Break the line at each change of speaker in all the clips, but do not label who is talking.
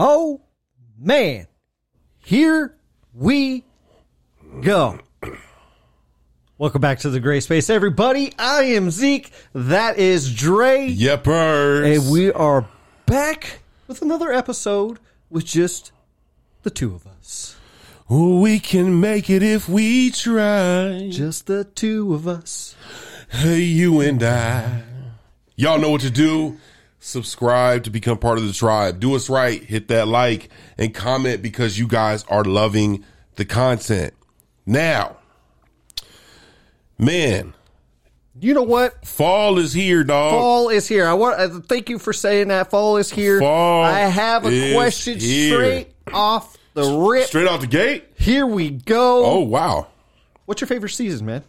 Oh, man, here we go. Welcome back to the Gray Space, everybody. I am Zeke. That is Dre.
Yepers.
And we are back with another episode with just the two of us.
we can make it if we try.
Just the two of us.
Hey, you and I. Y'all know what to do. Subscribe to become part of the tribe. Do us right. Hit that like and comment because you guys are loving the content. Now, man,
You know what?
fall is here, dog.
Fall is here. I want. Uh, thank you for saying that. Fall is here.
Fall
I have a
is
question
here.
straight off the rip.
Straight out the gate.
Here we go.
Oh, wow.
What's your favorite season, man?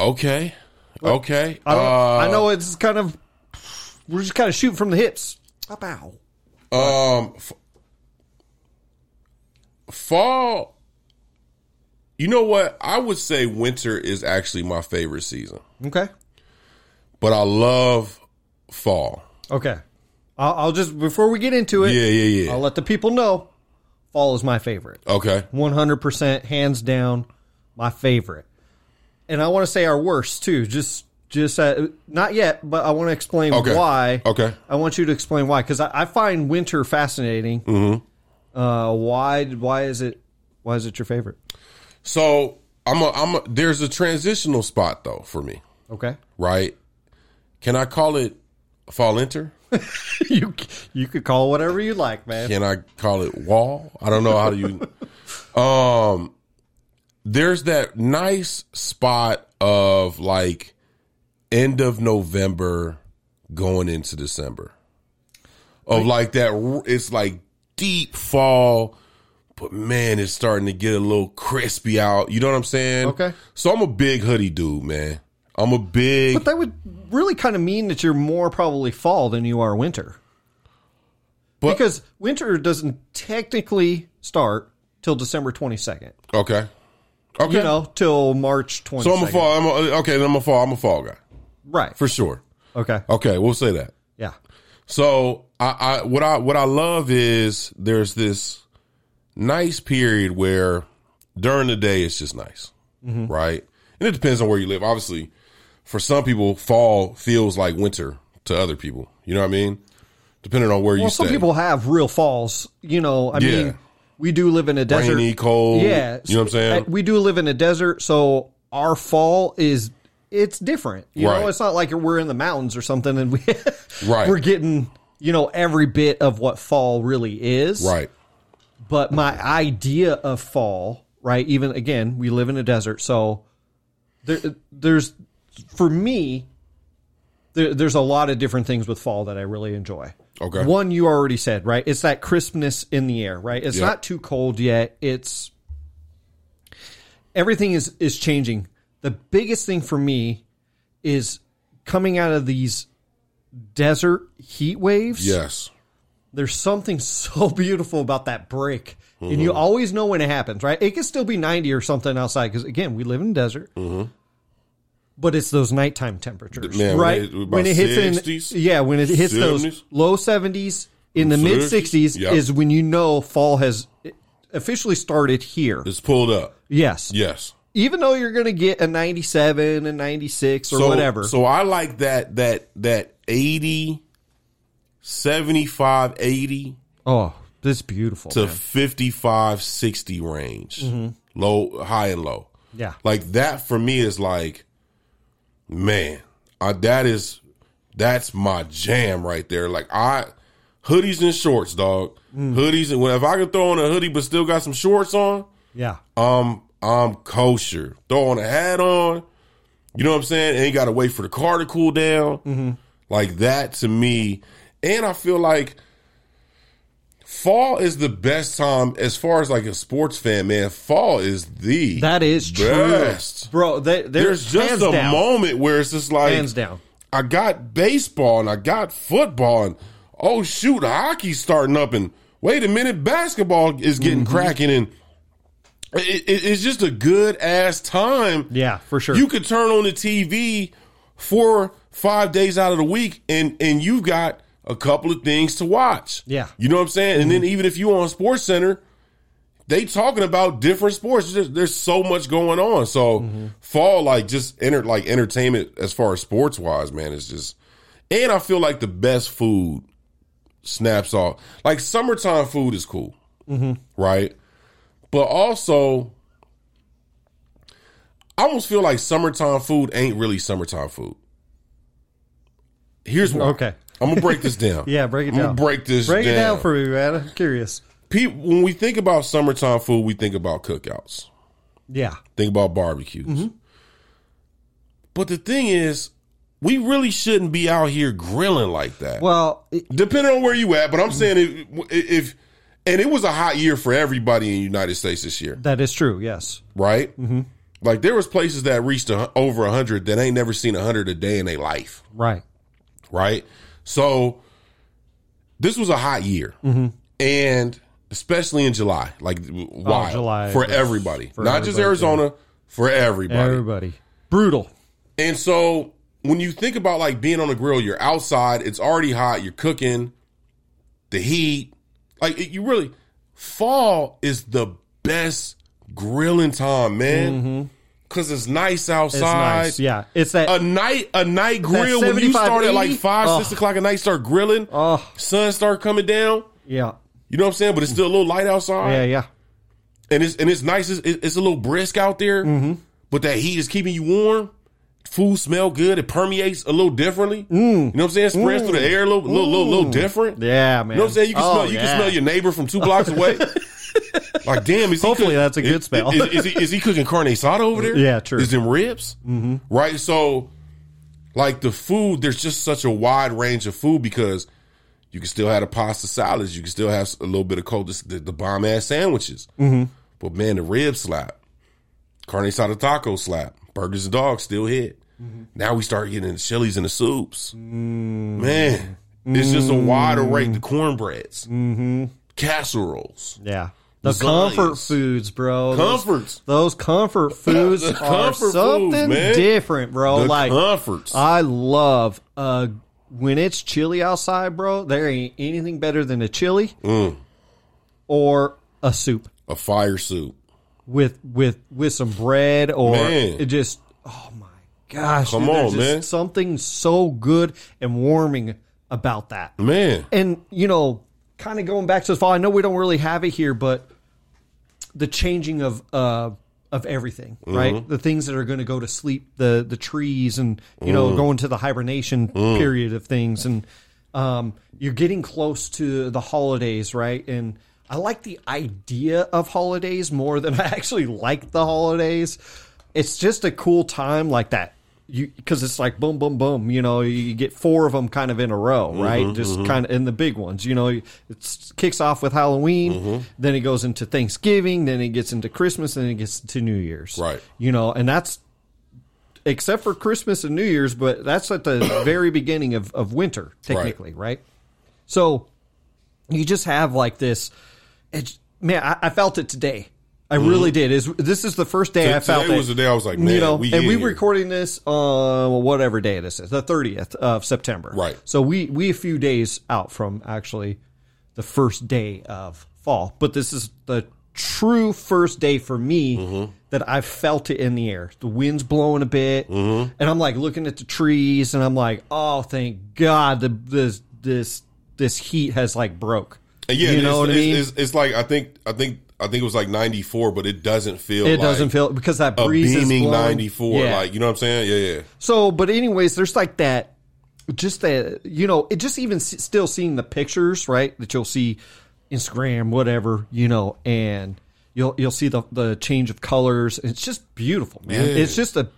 Okay. Okay.
I, don't,
Uh,
I know it's kind of we're just kind of shooting from the hips. Bow, Bow.
Um, f- fall. You know what? I would say winter is actually my favorite season,
Okay.
but I love fall.
Okay. I'll, I'll just before we get into it,
Yeah, yeah, yeah.
I'll let the people know. Fall is my favorite.
Okay.
100% hands down my favorite and i want to say our worst too just just uh, not yet but i want to explain
Okay.
why
Okay.
i want you to explain why because I, I find winter fascinating
Mm-hmm.
uh, why why is it why is it your favorite
So I'm a, I'm a, there's a transitional spot though for me,
okay
right? Can I call it fall inter?
you you could call it whatever you like man
Can I call it wall? I don't know how do you. Um, there's that nice spot of like end of November going into December of like that. r- It's like deep fall, but man, it's starting to get a little crispy out. You know what I'm saying?
Okay.
So I'm a big hoodie dude, man. I'm a big.
but that would really kind of mean that you're more probably fall than you are winter
But-
because winter doesn't technically start till december 22nd
okay. Okay.
you know, till March 22nd.
so I'm a fall. I'm a, okay. Then I'm a fall. I'm a fall guy
Right.
for sure.
okay.
Okay, we'll say that.
Yeah.
So I, I what I what I love is there's this nice period where during the day it's just nice,
Mm-hmm.
right? And it depends on where you live. Obviously, for some people, fall feels like winter to other people. You know what I mean? Depending on where you
Well,
stay,
some people have real falls. You know, I
Yeah.
mean, we do live in a desert.
rainy, cold.
Yeah.
you know what I'm saying?
Uh, We do live in a desert, so our fall is it's different. You know,
Right.
it's not like we're in the mountains or something and we
Right.
we're getting, you know, every bit of what fall really is.
right,
but my idea of fall, right? Even again, we live in a desert, so there, there's for me, there, there's a lot of different things with fall that I really enjoy.
Okay.
one you already said, right? It's that crispness in the air, right? It's
Yeah.
not too cold yet. It's everything is is changing. The biggest thing for me is coming out of these desert heat waves
yes,
there's something so beautiful about that break. And
Mm-hmm.
you always know when it happens, right? It could still be 90 or something outside because, again, we live in the desert. But it's those nighttime temperatures,
Mm-hmm. Man, when
right?
it- about
hits
60s,
in, yeah, when it hits those
70s.
low 70s in the mid 60s
60s, yeah.
is when you know fall has officially started here.
it's pulled up.
Yes.
Yes,
Even though you're going to get a 97 and 96 or
so,
whatever.
So I like that that that 80, 75, 80
oh, this is beautiful.
to
man.
55 60 range low high and low
Yeah.
like that for me is like man I, that is that's my jam right there like i hoodies and shorts dog hoodies and well, if i can throw on a hoodie but still got some shorts on
Yeah.
um i'm kosher throw on a hat on you know what i'm saying ain't gotta wait for the car to cool down
Mm-hmm.
like that to me and i feel like fall is the best time as far as like a sports fan man fall is the
That is true.
Best.
Bro, they,
there's just a
down.
moment where it's just like
hands down.
I got baseball and I got football and oh shoot, hockey's starting up and wait a minute, basketball is getting cracking and it, it, it's just a good ass time.
Yeah, for sure.
You could turn on the TV four, five days out of the week and and you've got a couple of things to watch.
Yeah. Mm-hmm.
You know what I'm saying? And then even if you on Sports Center, they talking about different sports. There's, there's so much going on. So
Mm-hmm.
fall, like just enter like entertainment as far as sports wise, man, it's just and I feel like the best food snaps off. Like summertime food is cool. Right? But also I almost feel like summertime food ain't really summertime food. Here's why.
Okay.
I'm gonna break this down.
Yeah, break it
I'm
down.
gonna break this
break
down.
it down for me, man. I'm curious.
People, when we think about summertime food, we think about cookouts.
Yeah.
Think about barbecues.
Mm-hmm.
But the thing is, we really shouldn't be out here grilling like that.
Well, Mm-hmm. it-
Depending on where you at, but I'm saying if, if and it was a hot year for everybody in the United States this year,
that is true. Yes.
right? Mm-hmm. Like there was places that reached a, hun- over 100 that ain't never seen 100 a day in their life.
Right.
right? So this was a hot year,
Mm-hmm.
and especially in July, like why
Oh, July
for
is-
everybody,
for
not just
everybody,
Arizona, for everybody.
Everybody. Brutal.
And so when you think about like being on a grill, you're outside, it's already hot, you're cooking, the heat, like it, you really fall is the best grilling time, man. Cause it's nice outside.
Mm-hmm. It's nice. Yeah. It's that.
A night, a night grill when you
75,
start at like
80?
five,
Oh.
six o'clock at night, start grilling.
oh,
sun start coming down.
yeah.
You know what I'm saying? But it's still a little light outside,
Yeah, yeah.
and it's and it's nice. It's, it's a little brisk out there,
Mm-hmm.
but that heat is keeping you warm. Food smell good. It permeates a little differently. You know what I'm saying? Spreads through the air a little, little, little, little different.
Mm. Yeah, man.
You know what I'm saying? You can
Oh,
smell. You
yeah.
can smell your neighbor from two blocks away. like, damn! Is he
Hopefully
cook-
that's a good
is-
smell.
Is, is he, is he cooking carne asada over there?
Yeah, true.
Is them ribs? Mm-hmm. Right. So, like the food, there's just such a wide range of food because you can still have the pasta salads. You can still have a little bit of cold, the, the bomb ass sandwiches. Mm-hmm. But man, the rib slap, carne asada taco slap, burgers and dogs still hit.
Mm-hmm.
Now we start getting the chilies and the soups. Man, it's just a wide array. The cornbreads, mm-hmm. casseroles,
Yeah. The
Lasagnas.
comfort foods, bro. Those-
comforts,
Those, comfort foods
The
are
comfort foods,
something
man.
different, bro.
the
Oh, like
comforts.
I love uh when it's chilly outside, bro. There ain't anything better than a chili
Mm.
or a soup
a fire soup.
with with with some bread or
Man.
it just oh my gosh,
Come
dude, there's
on,
just
man.
something so good and warming about that.
Man,
and you know, kind of going back to the fall. I know we don't really have it here, but the changing of uh, of everything, right? The things that are going to go to sleep, the the trees, and you know, going to the hibernation period of things, and um, you're getting close to the holidays, right? And I like the idea of holidays more than I actually like the holidays. It's just a cool time like that. You because it's like boom, boom, boom. You know, you get four of them kind of in a row,
Mm-hmm,
right? just kind of in the big ones. You know, it kicks off with Halloween,
Mm-hmm.
then it goes into Thanksgiving, then it gets into Christmas, then it gets to New Year's,
Right.
You know, and that's except for Christmas and New Year's, but that's at the very beginning of of winter, technically, right? So you just have like this. It's, man, I, I felt it today. I really did. Is this is the first day I felt
Mm-hmm. today
it
was the day I was like, man,
you know,
we
and we
in here.
recording this on whatever day this is, the thirtieth of September.
Right.
So we we a few days out from actually the first day of fall, but this is the true first day for me
Mm-hmm.
that I felt it in the air. The wind's blowing a bit,
Mm-hmm.
and I'm like looking at the trees, and I'm like, oh, thank God, the this this this heat has like broke.
And yeah,
you
it's,
know what I
it's,
mean.
It's, it's like I think I think I think it was like ninety four, but it doesn't feel
it
like
doesn't feel because that
a
breeze is
beaming
blowing.
ninety four.
Yeah.
Like you know what I'm saying? Yeah, yeah.
So, but anyways, there's like that, just that, you know, it just even s- still seeing the pictures, right? That you'll see Instagram, whatever, you know, and you'll you'll see the the change of colors. It's just beautiful, man.
Yeah.
It's just a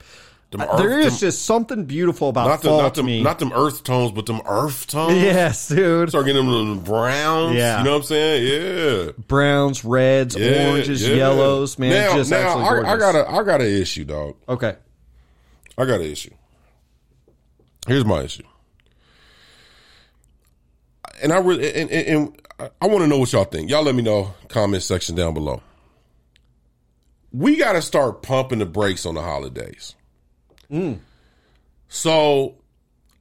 uh,
earth-
there is
them-
just something beautiful about
Not them,
fall
not
to
them,
me.
not them earth tones, but them earth tones.
yes, dude.
Start getting them little browns.
Yeah.
You know what I'm saying? Yeah.
Browns, reds,
Yeah,
oranges,
yeah.
yellows, man.
Now,
just
now
absolutely gorgeous.
I, I got a I got an issue, dog.
okay.
I got an issue. Here's my issue, and I really and, and, and I- I want to know what y'all think. Y'all let me know comment section down below. We got to start pumping the brakes on the holidays. So,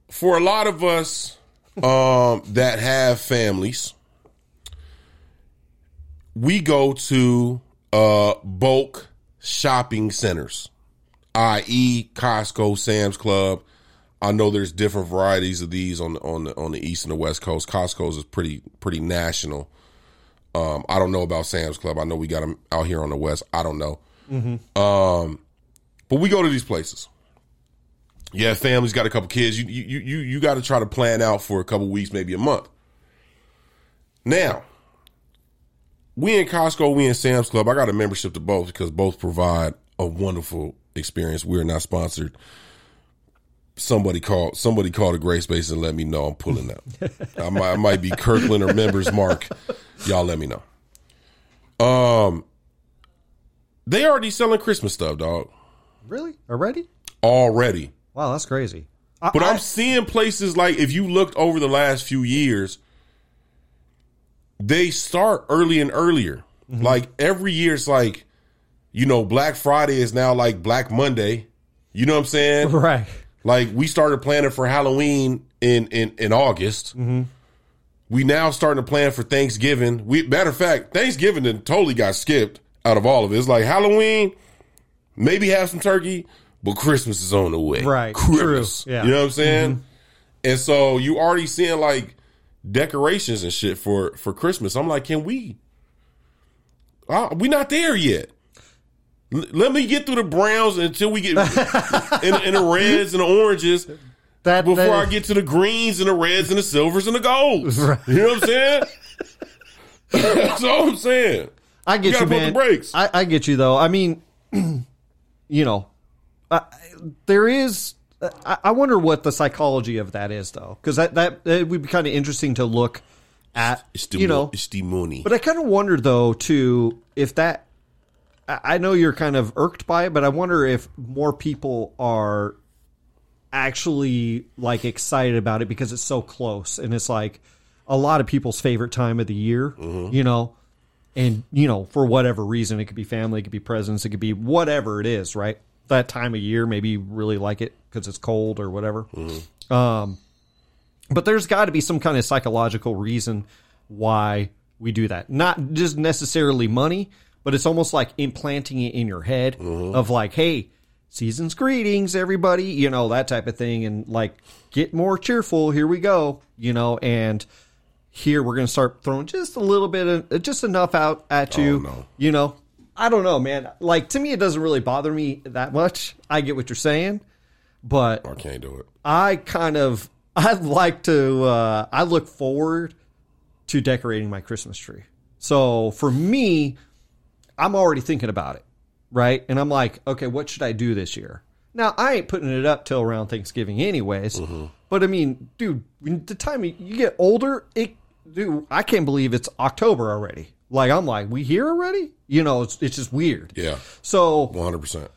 for a lot of us, um, that have families. We go to uh, bulk shopping centers, i.e., E, Costco, Sam's Club. I know there's different varieties of these on on the, on the east and the west coast. Costco's is pretty pretty national. Um, I don't know about Sam's Club. I know we got them out here on the west. I don't know. Um, but we go to these places. Yeah, family's got a couple kids. You you you you got to try to plan out for a couple weeks, maybe a month. Now, we in Costco, we in Sam's Club. I got a membership to both because both provide a wonderful experience. We're not sponsored. Somebody called somebody called a gray space and let me know I'm pulling out. I might, I might be Kirkland or Members Mark. Y'all let me know. Um, they already selling Christmas stuff, dog.
Really? Already?
Already.
Wow, that's crazy. I,
But
I-
I'm seeing places like if you looked over the last few years, they start early and earlier.
Mm-hmm.
Like every year, it's like, you know, Black Friday is now like Black Monday. You know what I'm saying?
right.
Like we started planning for Halloween in in in August.
Mm-hmm.
We now starting to plan for Thanksgiving. We matter of fact, Thanksgiving then totally got skipped out of all of it. It's like Halloween, maybe have some turkey, but Christmas is on the way.
Right.
Christmas.
True. Yeah. Mm-hmm.
You know what I'm saying? And so you already seeing like decorations and shit for for Christmas. I'm like, can we? Uh, we not there yet. L- let me get through the browns until we get and, and the reds and the oranges
That
before
that-
I get to the greens and the reds and the silvers and the golds. You know what I'm saying? That's all I'm saying.
I get you,
gotta pump
man.
the brakes.
I, I get you though. I mean, you know, I, there is. I, I wonder what the psychology of that is though, because that that it would be kind of interesting to look at.
the
you
mo-
know,
it's the money.
but I kind of wonder though too if that. I I know you're kind of irked by it, but I wonder if more people are actually like excited about it because it's so close and it's like a lot of people's favorite time of the year, you know. And you know, for whatever reason, it could be family, it could be presents, it could be whatever it is, right? That time of year, maybe you really like it because it's cold or whatever. Um, but there's got to be some kind of psychological reason why we do that. Not just necessarily money, but it's almost like implanting it in your head of like, hey, season's greetings, everybody, you know, that type of thing. And like, get more cheerful. Here we go, you know, and here we're going to start throwing just a little bit of uh, just enough out at you,
no.
you know. I don't know, man. Like to me, it doesn't really bother me that much. I get what you're saying, but
I can't do it.
I kind of I like to uh, I look forward to decorating my Christmas tree. So for me, I'm already thinking about it, right? And I'm like, okay, what should I do this year? Now I ain't putting it up till around Thanksgiving, anyways. But I mean, dude, when the time you get older, it, dude, I can't believe it's October already. Like I'm like, we here already? You know, it's it's just weird.
Yeah,
So
100. percent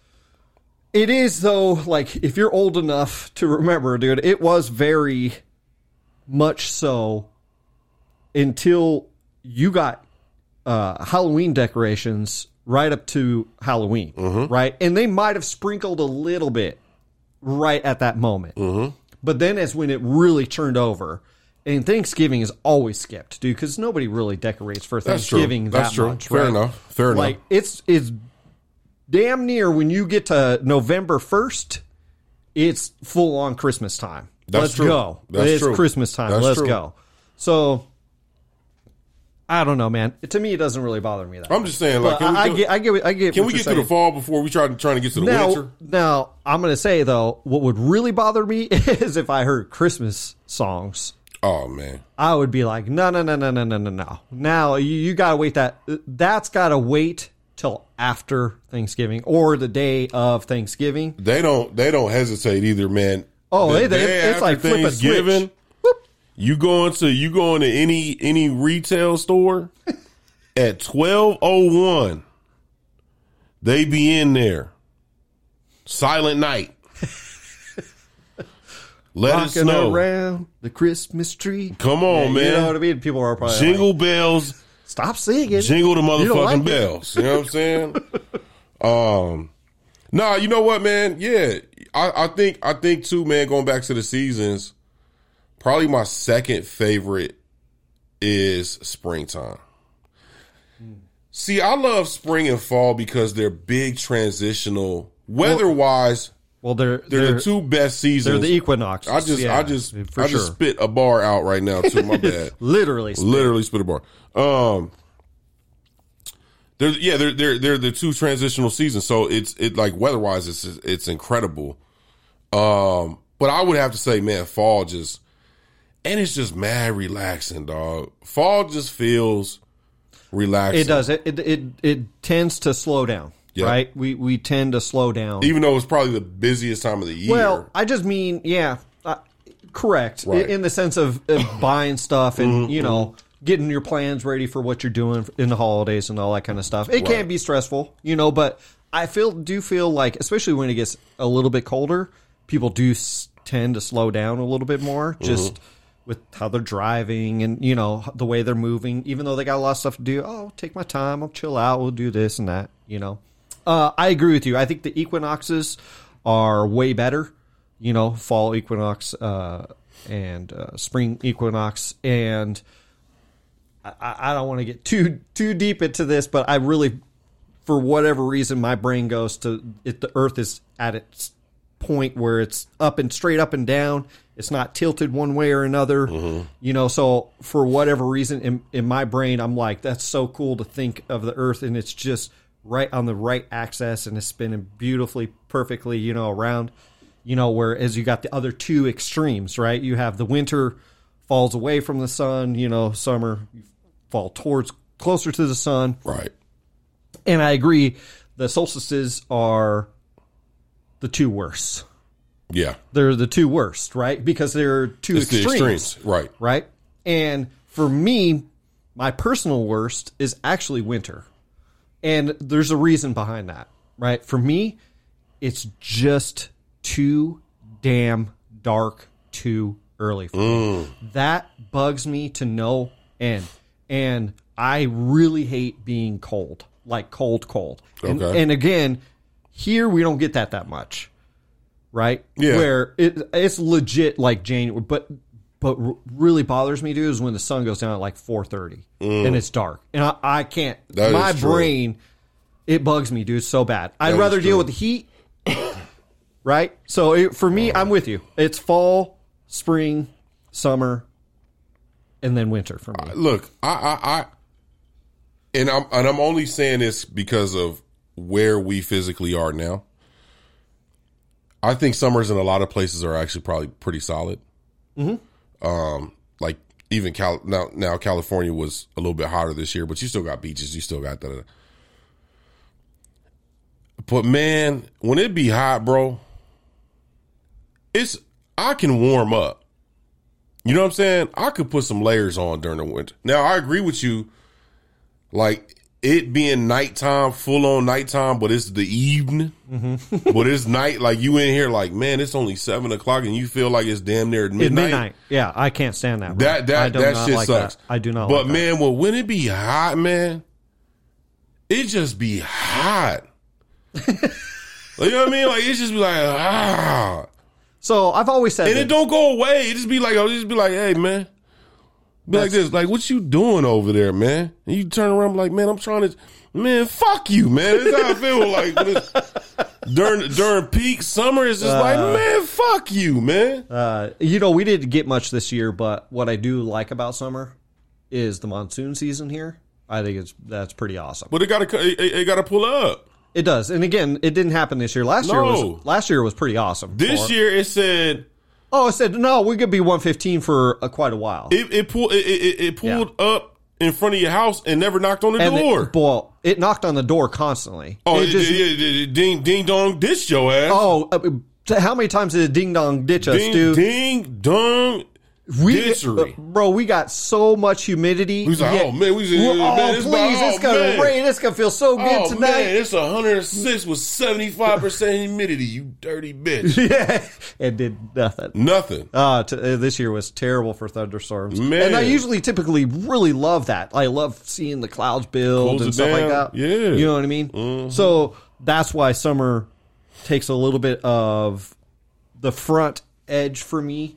it is though, like if you're old enough to remember, dude, it was very much so until you got uh, Halloween decorations right up to Halloween,
Mm-hmm.
right? And they might have sprinkled a little bit right at that moment.
Mm-hmm.
But then that's when it really turned over. And Thanksgiving is always skipped, dude, because nobody really decorates for
That's true.
Thanksgiving
That's
that
true.
much.
Fair
right?
enough. Fair
like
enough.
it's it's damn near when you get to November first, it's full on Christmas time.
That's
Let's
true.
go.
That's
it's
true.
Christmas time.
That's
Let's
true.
go. So I don't know, man. To me, it doesn't really bother me that.
I'm just saying.
much.
Like, can we,
I, I
can,
get, I get, what- I get.
can
what
we
you're
get through the
saying.
fall before we try trying to get to the winter?
now? Now I'm gonna say though, what would really bother me is if I heard Christmas songs.
Oh man,
I would be like, no, no, no, no, no, no, no, no. Now you, you gotta wait that that's gotta wait till after Thanksgiving or the day of Thanksgiving.
they don't they don't hesitate either, man.
Oh,
The
they- they-
day
it's
after
like flip a switch.
Thanksgiving, You going to you going to any any retail store at twelve oh one. They be in there. Silent night. Let it
Walking
snow.
around the Christmas tree.
Come on,
You know what I
man.
mean? People are probably like,
Jingle bells.
stop singing.
Jingle the
don't like
motherfucking
it?
bells. You know what I'm saying? um, nah, you know what, man? Yeah, I, I think I think too, man. Going back to the seasons, probably my second favorite is springtime.
Hmm.
See, I love spring and fall because they're big transitional weather wise.
Well, they're
They're,
they're,
the two best seasons.
they're the equinox.
I just, I just,
for
I
sure.
just spit a bar out right now too. My bad.
literally.
literally spit a bar. Um, they're yeah, they're they're they're the two transitional seasons, so it's it like weather wise, it's it's incredible. Um, but I would have to say, man, fall just and it's just mad relaxing, dog. Fall just feels relaxing.
It does. It, it it it tends to slow down,
Yeah.
right? We we tend to slow down.
even though it's probably the busiest time of the year.
Well, I just mean, yeah, uh, correct. i-
Right.
In the sense of, of buying stuff and, you know, getting your plans ready for what you're doing in the holidays and all that kind of stuff. It can be stressful, you know, but I feel do feel like, especially when it gets a little bit colder, people do s- tend to slow down a little bit more just with how they're driving and, you know, the way they're moving, even though they got a lot of stuff to do. Oh, I'll take my time. I'll chill out. We'll do this and that, you know. Uh, I agree with you. I think the equinoxes are way better. You know, fall equinox uh, and uh, spring equinox, and I- I, I don't want to get too too deep into this, but I really, for whatever reason, my brain goes to it, the Earth is at its point where it's up and straight up and down. It's not tilted one way or another, you know. So for whatever reason, in, in my brain, I'm like, that's so cool to think of the Earth, and it's just right on the right axis, and it's spinning beautifully, perfectly, you know, around, you know. Whereas you got the other two extremes, right? You have the winter falls away from the sun, you know, summer fall towards closer to the sun.
right,
And I agree, the solstices are the two worst.
yeah,
They're the two worst, right? Because they're two
it's
extremes,
the extremes, right?
right? And for me, my personal worst is actually winter. And there's a reason behind that, right? For me, it's just too damn dark too early. For me.
Mm.
That bugs me to no end. And I really hate being cold, like cold, cold. And,
Okay.
and again, here we don't get that that much, right?
Yeah.
Where it, it's legit like January, but but r- really bothers me too is when the sun goes down at like four thirty and it's dark, and I, I can't.
Mm. That is
my
true.
brain, it bugs me, dude, so bad. I'd
is
rather
true.
deal with the heat, right? So it, for me, I'm with you. It's fall, spring, summer, and then winter for me.
look, I, I, I, and I'm and I'm only saying this because of where we physically are now. I think summers in a lot of places are actually probably pretty solid. Mm-hmm. Um, like even Cal now now California was a little bit hotter this year, but you still got beaches, you still got that. But man, when it be hot, bro, it's I can warm up. You know what I'm saying? I could put some layers on during the winter. Now I agree with you. Like it being nighttime, full on nighttime, but it's the evening. but it's night. Like you in here, like man, it's only seven o'clock, and you feel like it's damn near
At
midnight.
midnight, yeah, I can't stand that. bro.
That
I
that
do
that
not
shit
like
sucks.
That. I do not. like
But
that.
man, well, when it be hot, man, it just be hot. you know what I mean? Like it just be like ah.
So I've always said
And
that-
it don't go away. It just be like, I'll just be like, hey, man. Be like this, like, what you doing over there, man? And you turn around like, man, I'm trying to, man, fuck you, man. That's how I feel like when it's- during during peak summer. It's just like, man, fuck you, man.
Uh, you know, we didn't get much this year, but what I do like about summer is the monsoon season here. I think it's that's pretty awesome.
But it gotta, co- it, it gotta pull up.
It does, and again, it didn't happen this year. Last year
No.
was last year was pretty awesome.
This
for-
year, it said
oh, I said no, we could be one fifteen for uh, quite a while.
it it pulled it, it, it- it pulled up in front of your house and never knocked on the
And
door.
It, well, it knocked on the door constantly.
oh,
it
it, it- it- it- ding ding dong, ditched your ass.
oh, uh, how many times did Ding Dong ditch us,
ding
dude?
ding dong.
We,
Ditchery.
uh, bro, we got so much humidity.
We was like,
yet-
oh, man, we was in
We're-
here,
oh,
man, it's
please,
about- oh,
it's gonna
man.
rain. It's gonna feel so good
Oh
tonight.
man, it's 106 with 75 percent humidity. You dirty bitch.
yeah, and did nothing.
Nothing.
Uh, t- uh, this year was terrible for thunderstorms,
Man.
and I usually typically really love that. I love seeing the clouds build
Cools it
and stuff like
down.
that.
Yeah. Mm-hmm.
you know what I mean. So that's why summer takes a little bit of the front edge for me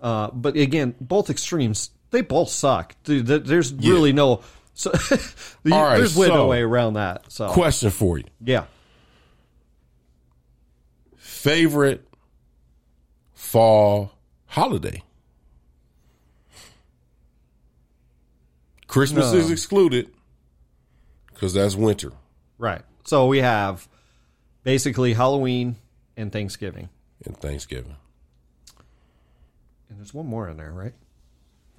Uh, but again, both extremes, they both suck. Dude, there- there's really no. So, the-
All right,
there's way no
so-
way around that. So
Question for you:
yeah,
Favorite fall holiday? Christmas is excluded because that's winter.
right. So we have basically Halloween and Thanksgiving,
and Thanksgiving.
and there's one more in there, right?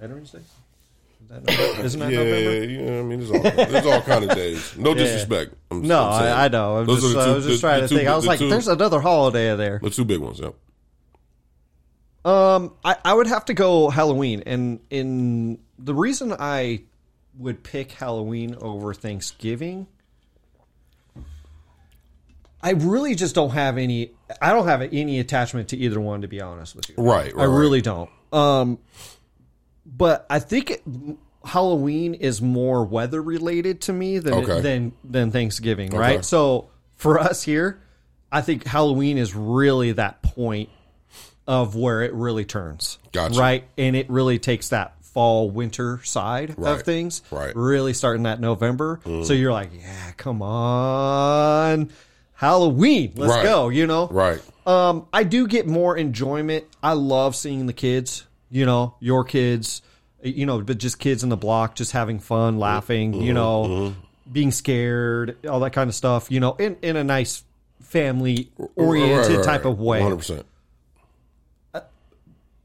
Veterans Day. Is that November? Isn't that November?
you know what I mean, there's all, there's all kind of days. No disrespect. I'm-
No,
I'm saying.
I, I know. I'm
Those
just,
are the
I was
two-
just
the-
trying
the
to
two-
think. I was
the
like,
two-
there's another holiday in there.
the two big ones. Yep.
Um, I, I would have to go Halloween, and in the reason I would pick Halloween over Thanksgiving, I really just don't have any. I don't have any attachment to either one, to be honest with you.
Right, right,
I
right.
really don't. Um, but I think it, Halloween is more weather related to me than
Okay.
than than Thanksgiving, right? So for us here, I think Halloween is really that point of where it really turns.
Gotcha.
Right? And it really takes that fall winter side
Right.
of things.
Right.
Really starting that November. So you're like, yeah, come on. Halloween. Let's
Right.
go, you know?
Right.
Um, I do get more enjoyment. I love seeing the kids, you know, your kids, you know, but just kids in the block, just having fun, laughing,
Mm-hmm.
you know, being scared, all that kind of stuff, you know, in, in a nice family oriented
Right, right,
type
right.
of way
100%.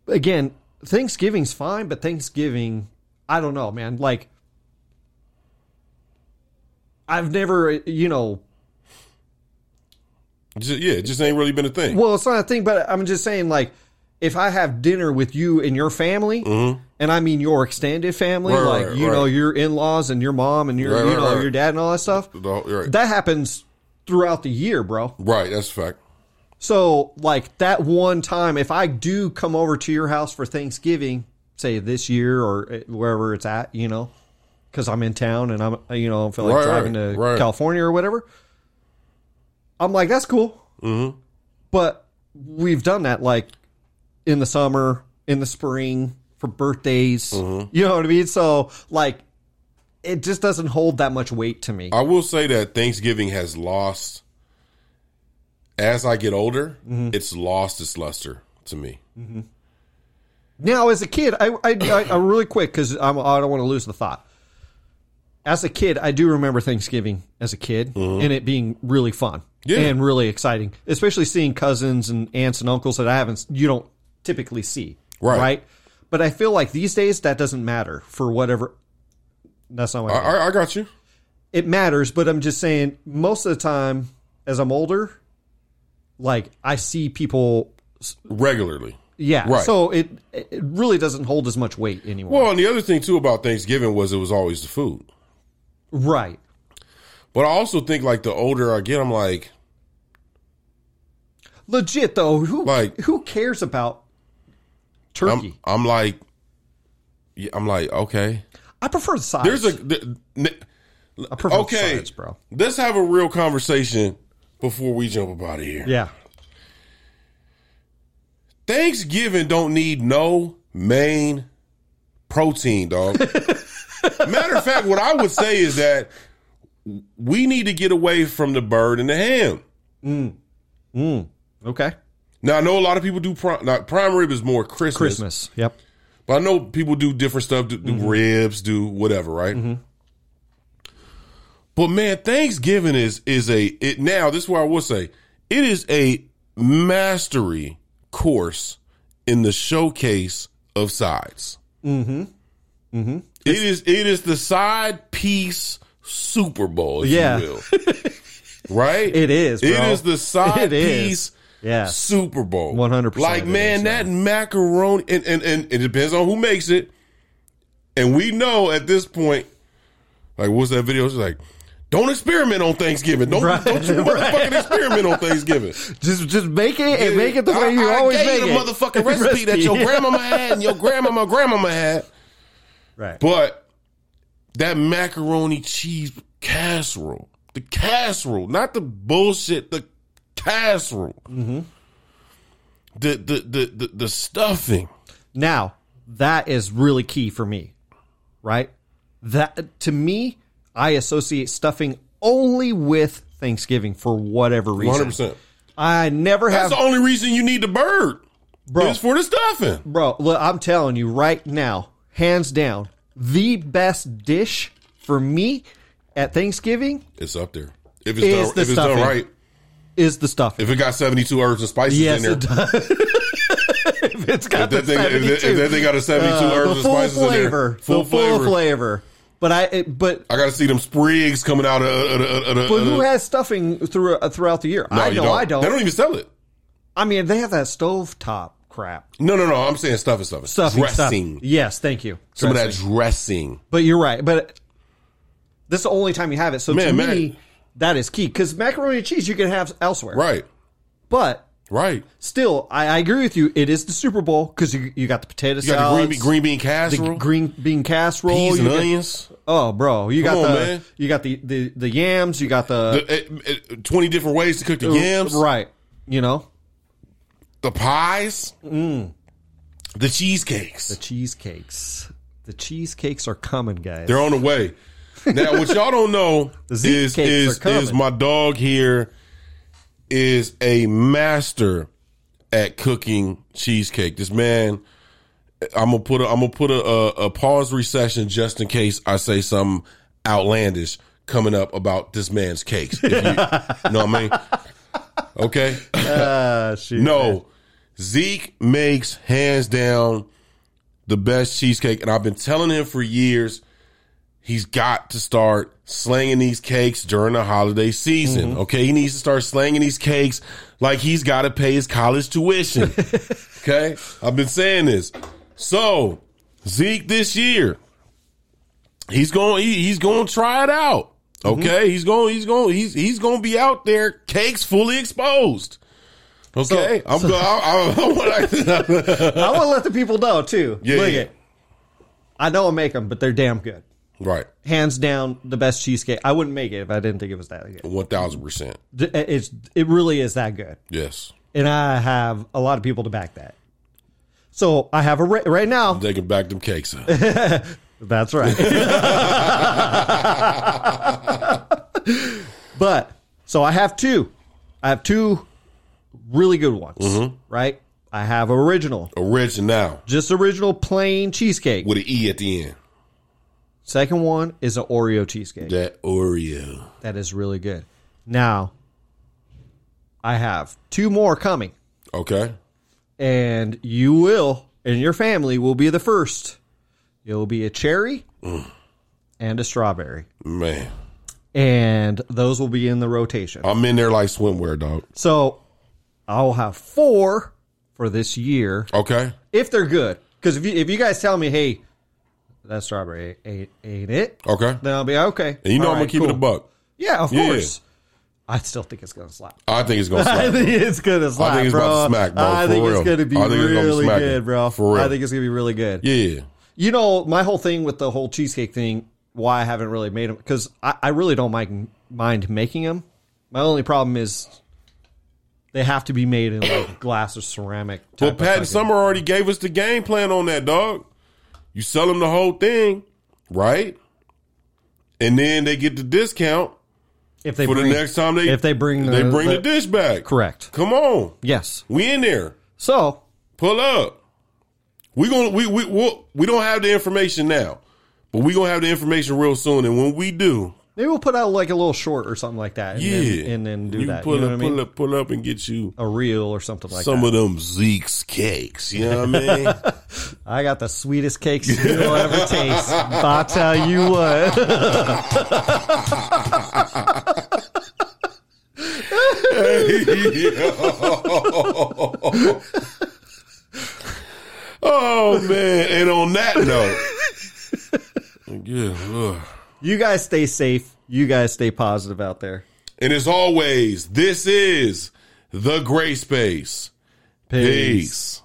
again, Thanksgiving's fine, but Thanksgiving, I don't know, man. Like, I've never, you know,
Just- yeah, it just ain't really been a thing.
well, it's not a thing, but I'm just saying, like, if I have dinner with you and your family, and I mean your extended family,
Mm-hmm. Right,
like,
right,
you know,
right.
your in laws and your mom and your,
Right,
you
right,
know,
right.
your dad and all that stuff,
The whole- right.
that happens throughout the year, bro.
right. That's a fact.
So, like that one time, if I do come over to your house for Thanksgiving, say this year or eh, wherever it's at, you know, because I'm in town and I'm, eh, you know, I feel like
Right,
driving
right,
to
right.
California or whatever. I'm like, that's cool. Mm-hmm. But we've done that like in the summer, in the spring, for birthdays.
Mm-hmm.
You know what I mean? So, like, it just doesn't hold that much weight to me.
I will say that Thanksgiving has lost, as I get older, it's lost its luster to me.
Now, as a kid, I, I, I, I really quick because I don't want to lose the thought. As a kid, I do remember Thanksgiving as a kid and it being really fun
Mm-hmm. Yeah.
and really exciting, especially seeing cousins and aunts and uncles that I haven't you don't typically see,
Right.
But I feel like these days that doesn't matter for whatever. That's not what I
I, I, I got you.
it matters, but I'm just saying most of the time as I'm older, like I see people,
Regularly.
yeah.
Right.
So it it really doesn't hold as much weight anymore.
Well, and the other thing, too, about Thanksgiving was it was always the food.
Right.
But I also think, like, the older I get, I'm like,
Legit though, who
Like-
who cares about turkey?
I'm, I'm like, yeah, I'm like, okay.
I prefer the sides.
There's a the, n-
I prefer
okay,
the sides, bro.
Let's have a real conversation before we jump up out of here.
Yeah.
Thanksgiving don't need no main protein, dog. Matter of fact, what I would say is that we need to get away from the bird and the ham.
Okay.
Now I know a lot of people do prim- not prime rib is more Christmas,
Christmas. Yep.
but I know people do different stuff, do, do
Mm-hmm.
ribs, do whatever, right? But man, Thanksgiving is is a it now. This is what I will say. It is a mastery course in the showcase of sides. Mm-hmm. Mm-hmm. It is it is the side piece Super Bowl, if
Yeah.
you will. right?
It is,
It
bro.
is the side
It is.
piece
Yeah.
Super Bowl.
100%
Like,
it
man,
is,
that macaroni, and, and, and it depends on who makes it. And we know at this point, like, what's that video? It's like, don't experiment on Thanksgiving. Don't,
Right,
don't you
right.
motherfucking experiment on Thanksgiving.
Just just make it and make it the
I-
way you
I
always
gave
make
you the
it.
motherfucking recipe, that your grandmama had and your grandmama, grandmama had.
Right.
But that macaroni cheese casserole, the casserole, not the bullshit, the
Mm-hmm.
casserole, the, the the the the stuffing,
Now, that is really key for me, right? That to me, I associate stuffing only with Thanksgiving for whatever reason.
100%.
I never
That's
have
the only reason you need the bird.
Bro.
It's for the stuffing.
Bro, look, I'm telling you right now, hands down, the best dish for me at Thanksgiving
It's up there. If it's,
Is
done,
the
if it's done
stuffing.
right,
is the stuffing.
if it got 72 herbs and spices
yes,
in
it
there,
does. if it's got the
that thing, if, that, if that
72,
thing got a 72
uh,
herbs
the
and
full
spices in
flavor,
there, full
the
flavor.
full flavor. But I, it, but
I got to see them sprigs coming out of, of, of, of, of,
but who has stuffing through, uh, throughout the year?
Uh, No,
I
you
know I don't.
They don't even sell it.
I mean, they have that stovetop crap
No, no, no. I'm saying stuffing, stuffing,
stuffing.
dressing.
stuffing. Yes, thank you.
Some
Dressing.
of that dressing.
But you're right. But this is the only time you have it. So to
Man, mac-
me, that is key because macaroni and cheese you can have elsewhere.
Right,
But
right.
still, I, I agree with you. It is the Super Bowl because you, you got the potato
You got
salads,
the green, bean- green bean
the
casserole,
green bean casserole,
peas
you
and
got-
onions.
oh, bro, you got
Come on,
the
man.
you got the, the the yams, you got the,
The- eh, eh, Twenty different ways to cook the yams,
Uh, right? You know
the pies,
Mm.
the cheesecakes.
the cheesecakes. The cheesecakes are coming, guys.
They're on the way. Now, what y'all don't know
The Zeke
is
cakes
is
are coming.
is my dog here is a master at cooking cheesecake. This man, I'm gonna put a, I'm gonna put a, a, a pause recession just in case I say something outlandish coming up about this man's cakes. If you, you know what I mean? Okay.
Ah, shoot.
No, Zeke makes hands down the best cheesecake, and I've been telling him for years he's got to start slanging these cakes during the holiday season. Okay, he needs to start slanging these cakes like he's got to pay his college tuition. okay, I've been saying this. So Zeke this year, he's going he, he's going to try it out. Okay, he's going he's going he's he's going to be out there cakes fully exposed. Okay, I'm going. I, I,
I want to let the people know too.
Yeah,
Look
yeah.
it. I know I make them, but they're damn good.
right,
hands down the best cheesecake. I wouldn't make it if I didn't think it was that good.
one thousand percent.
D- It's it really is that good,
Yes,
and I have a lot of people to back that. So I have a ra- right now.
they can back them cakes up.
That's right. but so I have two. I have two really good ones, right? I have original,
Original
just original plain cheesecake.
with an E at the end.
Second one is an Oreo cheesecake.
That Oreo.
That is really good. Now, I have two more coming,
Okay.
and you will, and your family will be the first. It'll be a cherry and a strawberry,
Man,
and those will be in the rotation.
I'm in there like swimwear, dog.
So, I'll have four for this year
Okay.
if they're good. Because if you, if you guys tell me, hey, that strawberry ain't, ain't it,
Okay.
then I'll be okay.
And you know
All
I'm gonna
right,
keep it a
cool.
buck.
Yeah, of
Yeah.
course. I still think it's gonna slap.
I think it's gonna
I
slap.
think it's gonna slap,
it's
bro.
about to smack, bro,
I
for
think
real.
it's gonna be
I think it's gonna be
really
smacking,
good, bro.
for real.
I think it's gonna be really good.
yeah.
You know, my whole thing with the whole cheesecake thing, why I haven't really made them, because I, I really don't mind, mind making them. My only problem is they have to be made in like glass or ceramic. type
Well,
of
Pat
fucking-
and Summer already gave us the game plan on that, dog. You sell them the whole thing, right? And then they get the discount
if they
for
bring,
the next time they
if they bring
they
the-
bring
the-
the dish back.
correct,
Come on,
yes.
we in there.
So
Pull up. We gonna we we we'll, we don't have the information now, but we gonna have the information real soon. And when we do,
maybe we'll put out like a little short or something like that, and
yeah,
then, and then do
you
that.
Pull
you know what I
up,
mean?
pull up, pull up, and get you
A reel or something like
some
that.
of them Zeke's cakes. You know what I mean?
I got the sweetest cakes you'll ever taste. I'll tell you what.
oh man! And on that note, yeah. ugh.
You guys stay safe. You guys stay positive out there.
And as always, this is the gray space. Peace.